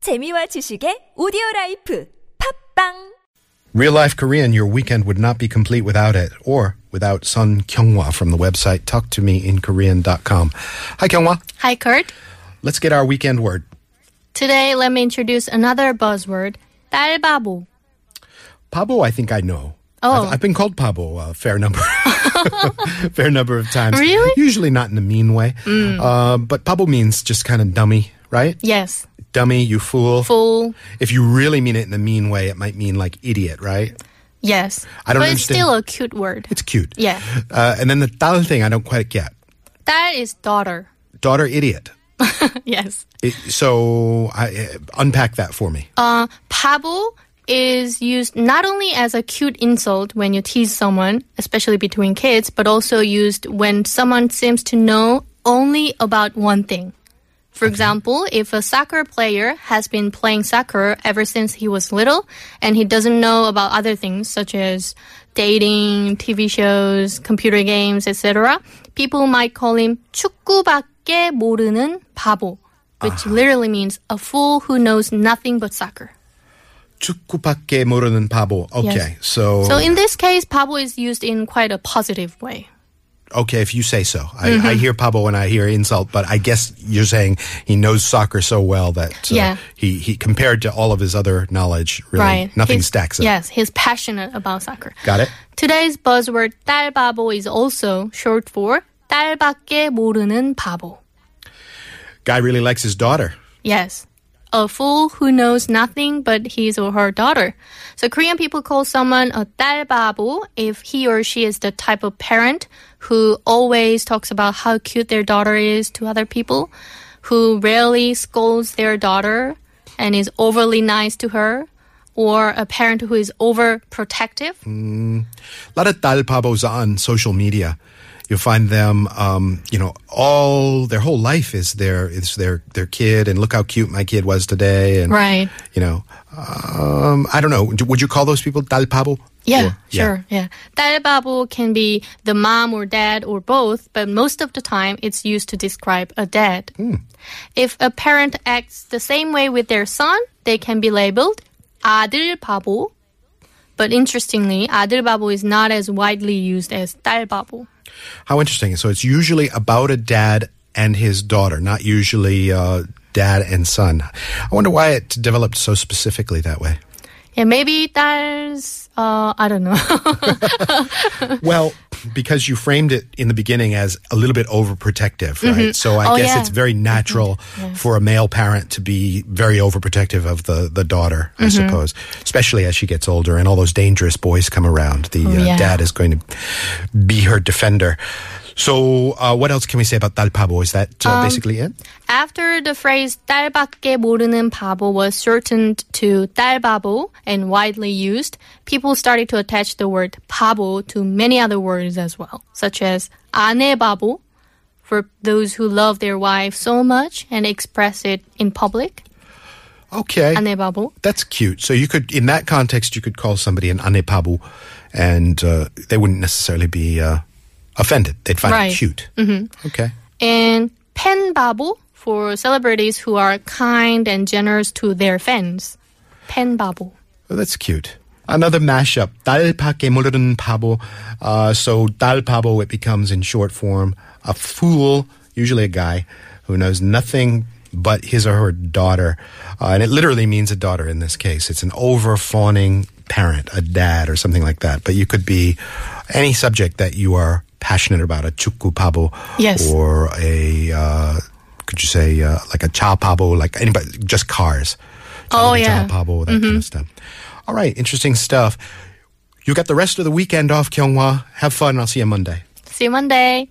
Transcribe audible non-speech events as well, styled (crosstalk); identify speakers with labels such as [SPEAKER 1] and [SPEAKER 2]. [SPEAKER 1] 재미와 지식의 오디오 라이프 팝빵
[SPEAKER 2] Real Life Korean, your weekend would not be complete without it, or without Sun Kyunghwa from the website talktomeinkorean.com. Hi, Kyunghwa.
[SPEAKER 3] Hi, Kurt.
[SPEAKER 2] Let's get our weekend word.
[SPEAKER 3] Today, let me introduce another buzzword, 딸바보.
[SPEAKER 2] Pabo, I think I know.
[SPEAKER 3] Oh.
[SPEAKER 2] I've, I've been called Pabo a fair number,
[SPEAKER 3] (laughs)
[SPEAKER 2] fair number of times.
[SPEAKER 3] Really? Mm.
[SPEAKER 2] Usually not in a mean way. Uh, but Pabo means just kind of dummy, right?
[SPEAKER 3] Yes,
[SPEAKER 2] Dummy, you fool.
[SPEAKER 3] fool.
[SPEAKER 2] If you really mean it in a mean way, it might mean like idiot, right?
[SPEAKER 3] Yes.
[SPEAKER 2] I don't
[SPEAKER 3] but
[SPEAKER 2] understand.
[SPEAKER 3] it's still a cute word.
[SPEAKER 2] It's cute.
[SPEAKER 3] Yeah.
[SPEAKER 2] Uh, and then the tal thing, I don't quite get.
[SPEAKER 3] That is daughter. (laughs)
[SPEAKER 2] Daughter, idiot.
[SPEAKER 3] yes.
[SPEAKER 2] It, so I, uh, unpack that for me.
[SPEAKER 3] Uh, 바보 is used not only as a cute insult when you tease someone, especially between kids, but also used when someone seems to know only about one thing. For example, if a soccer player has been playing soccer ever since he was little and he doesn't know about other things such as dating, TV shows, computer games, etc., people might call him 축구밖에 모르는 바보,
[SPEAKER 2] Ah.
[SPEAKER 3] which literally means a fool who knows nothing but soccer.
[SPEAKER 2] 축구밖에 모르는 바보. Okay, so,
[SPEAKER 3] So in this case, 바보 is used in quite a positive way.
[SPEAKER 2] okay, if you say so. I,
[SPEAKER 3] Mm-hmm.
[SPEAKER 2] I hear pabo and I hear insult, but I guess you're saying he knows soccer so well that uh,
[SPEAKER 3] Yeah.
[SPEAKER 2] he he compared to all of his other knowledge, really
[SPEAKER 3] right.
[SPEAKER 2] nothing
[SPEAKER 3] He's-
[SPEAKER 2] stacks up.
[SPEAKER 3] Yes, he's passionate about soccer.
[SPEAKER 2] Got it?
[SPEAKER 3] Today's buzzword 딸바보 is also short for 딸밖에 모르는 바보.
[SPEAKER 2] Guy really likes his daughter.
[SPEAKER 3] Yes. A fool who knows nothing but his or her daughter. So Korean people call someone a 딸바보 if he or she is the type of parent who always talks about how cute their daughter is to other people, who rarely scolds their daughter and is overly nice to her, or a parent who is overprotective.
[SPEAKER 2] A lot of tal pabos on social media. You'll find them, um, you know, all their whole life is their is their their kid, and look how cute my kid was today, and
[SPEAKER 3] Right.
[SPEAKER 2] you know, um, I don't know. D- Would you call those people tal pabo? Or-
[SPEAKER 3] Yeah, sure. Yeah. 딸바보 can be the mom or dad or both, but most of the time it's used to describe a dad. If a parent acts the same way with their son, they can be labeled 아들 바보. But interestingly, 아들 바보 is not as widely used as 딸 바보.
[SPEAKER 2] How interesting. So it's usually about a dad and his daughter, not usually uh, dad and son. I wonder why it developed so specifically that way.
[SPEAKER 3] Yeah, maybe 딸's, uh, I don't know. (laughs)
[SPEAKER 2] Well, because you framed it in the beginning as a little bit overprotective, right? So I
[SPEAKER 3] Oh,
[SPEAKER 2] guess
[SPEAKER 3] yeah.
[SPEAKER 2] it's very natural for a male parent to be very overprotective of the, the daughter,
[SPEAKER 3] Mm-hmm.
[SPEAKER 2] I suppose, especially as she gets older and all those dangerous boys come around. The uh,
[SPEAKER 3] Oh, yeah.
[SPEAKER 2] dad is going to be her defender. So, uh, what else can we say about Tal Pabo? Is that uh,
[SPEAKER 3] Um,
[SPEAKER 2] basically it?
[SPEAKER 3] After the phrase 딸밖에 모르는 바보 was shortened to 딸바보 and widely used, people started to attach the word 바보 to many other words as well, such as 아내바보 for those who love their wife so much and express it in public,
[SPEAKER 2] Okay.
[SPEAKER 3] 아내바보.
[SPEAKER 2] That's cute. So you could, in that context, you could call somebody an anepabu, and uh, they wouldn't necessarily be uh, offended. They'd find
[SPEAKER 3] Right.
[SPEAKER 2] it cute. Mm-hmm. Okay.
[SPEAKER 3] and 팬바보 for celebrities who are kind and generous to their fans. 팬바보.
[SPEAKER 2] Well, Oh, that's cute. Another mashup. Dal pake 모르는 바보. Uh, So dal pabo it becomes in short form a fool, usually a guy who knows nothing but his or her daughter, uh, and it literally means a daughter in this case. It's an over fawning parent, a dad or something like that. But you could be any subject that you are passionate about, a chukku pabo,
[SPEAKER 3] Yes.
[SPEAKER 2] or a uh, could you say uh, like a cha pabo, like anybody, just cars.
[SPEAKER 3] Oh,
[SPEAKER 2] Tony
[SPEAKER 3] yeah.
[SPEAKER 2] John
[SPEAKER 3] Mm-hmm.
[SPEAKER 2] Pablo, that kind of stuff. All right, interesting stuff. You got the rest of the weekend off, Kyunghwa. Have fun. I'll see you Monday.
[SPEAKER 3] See you Monday.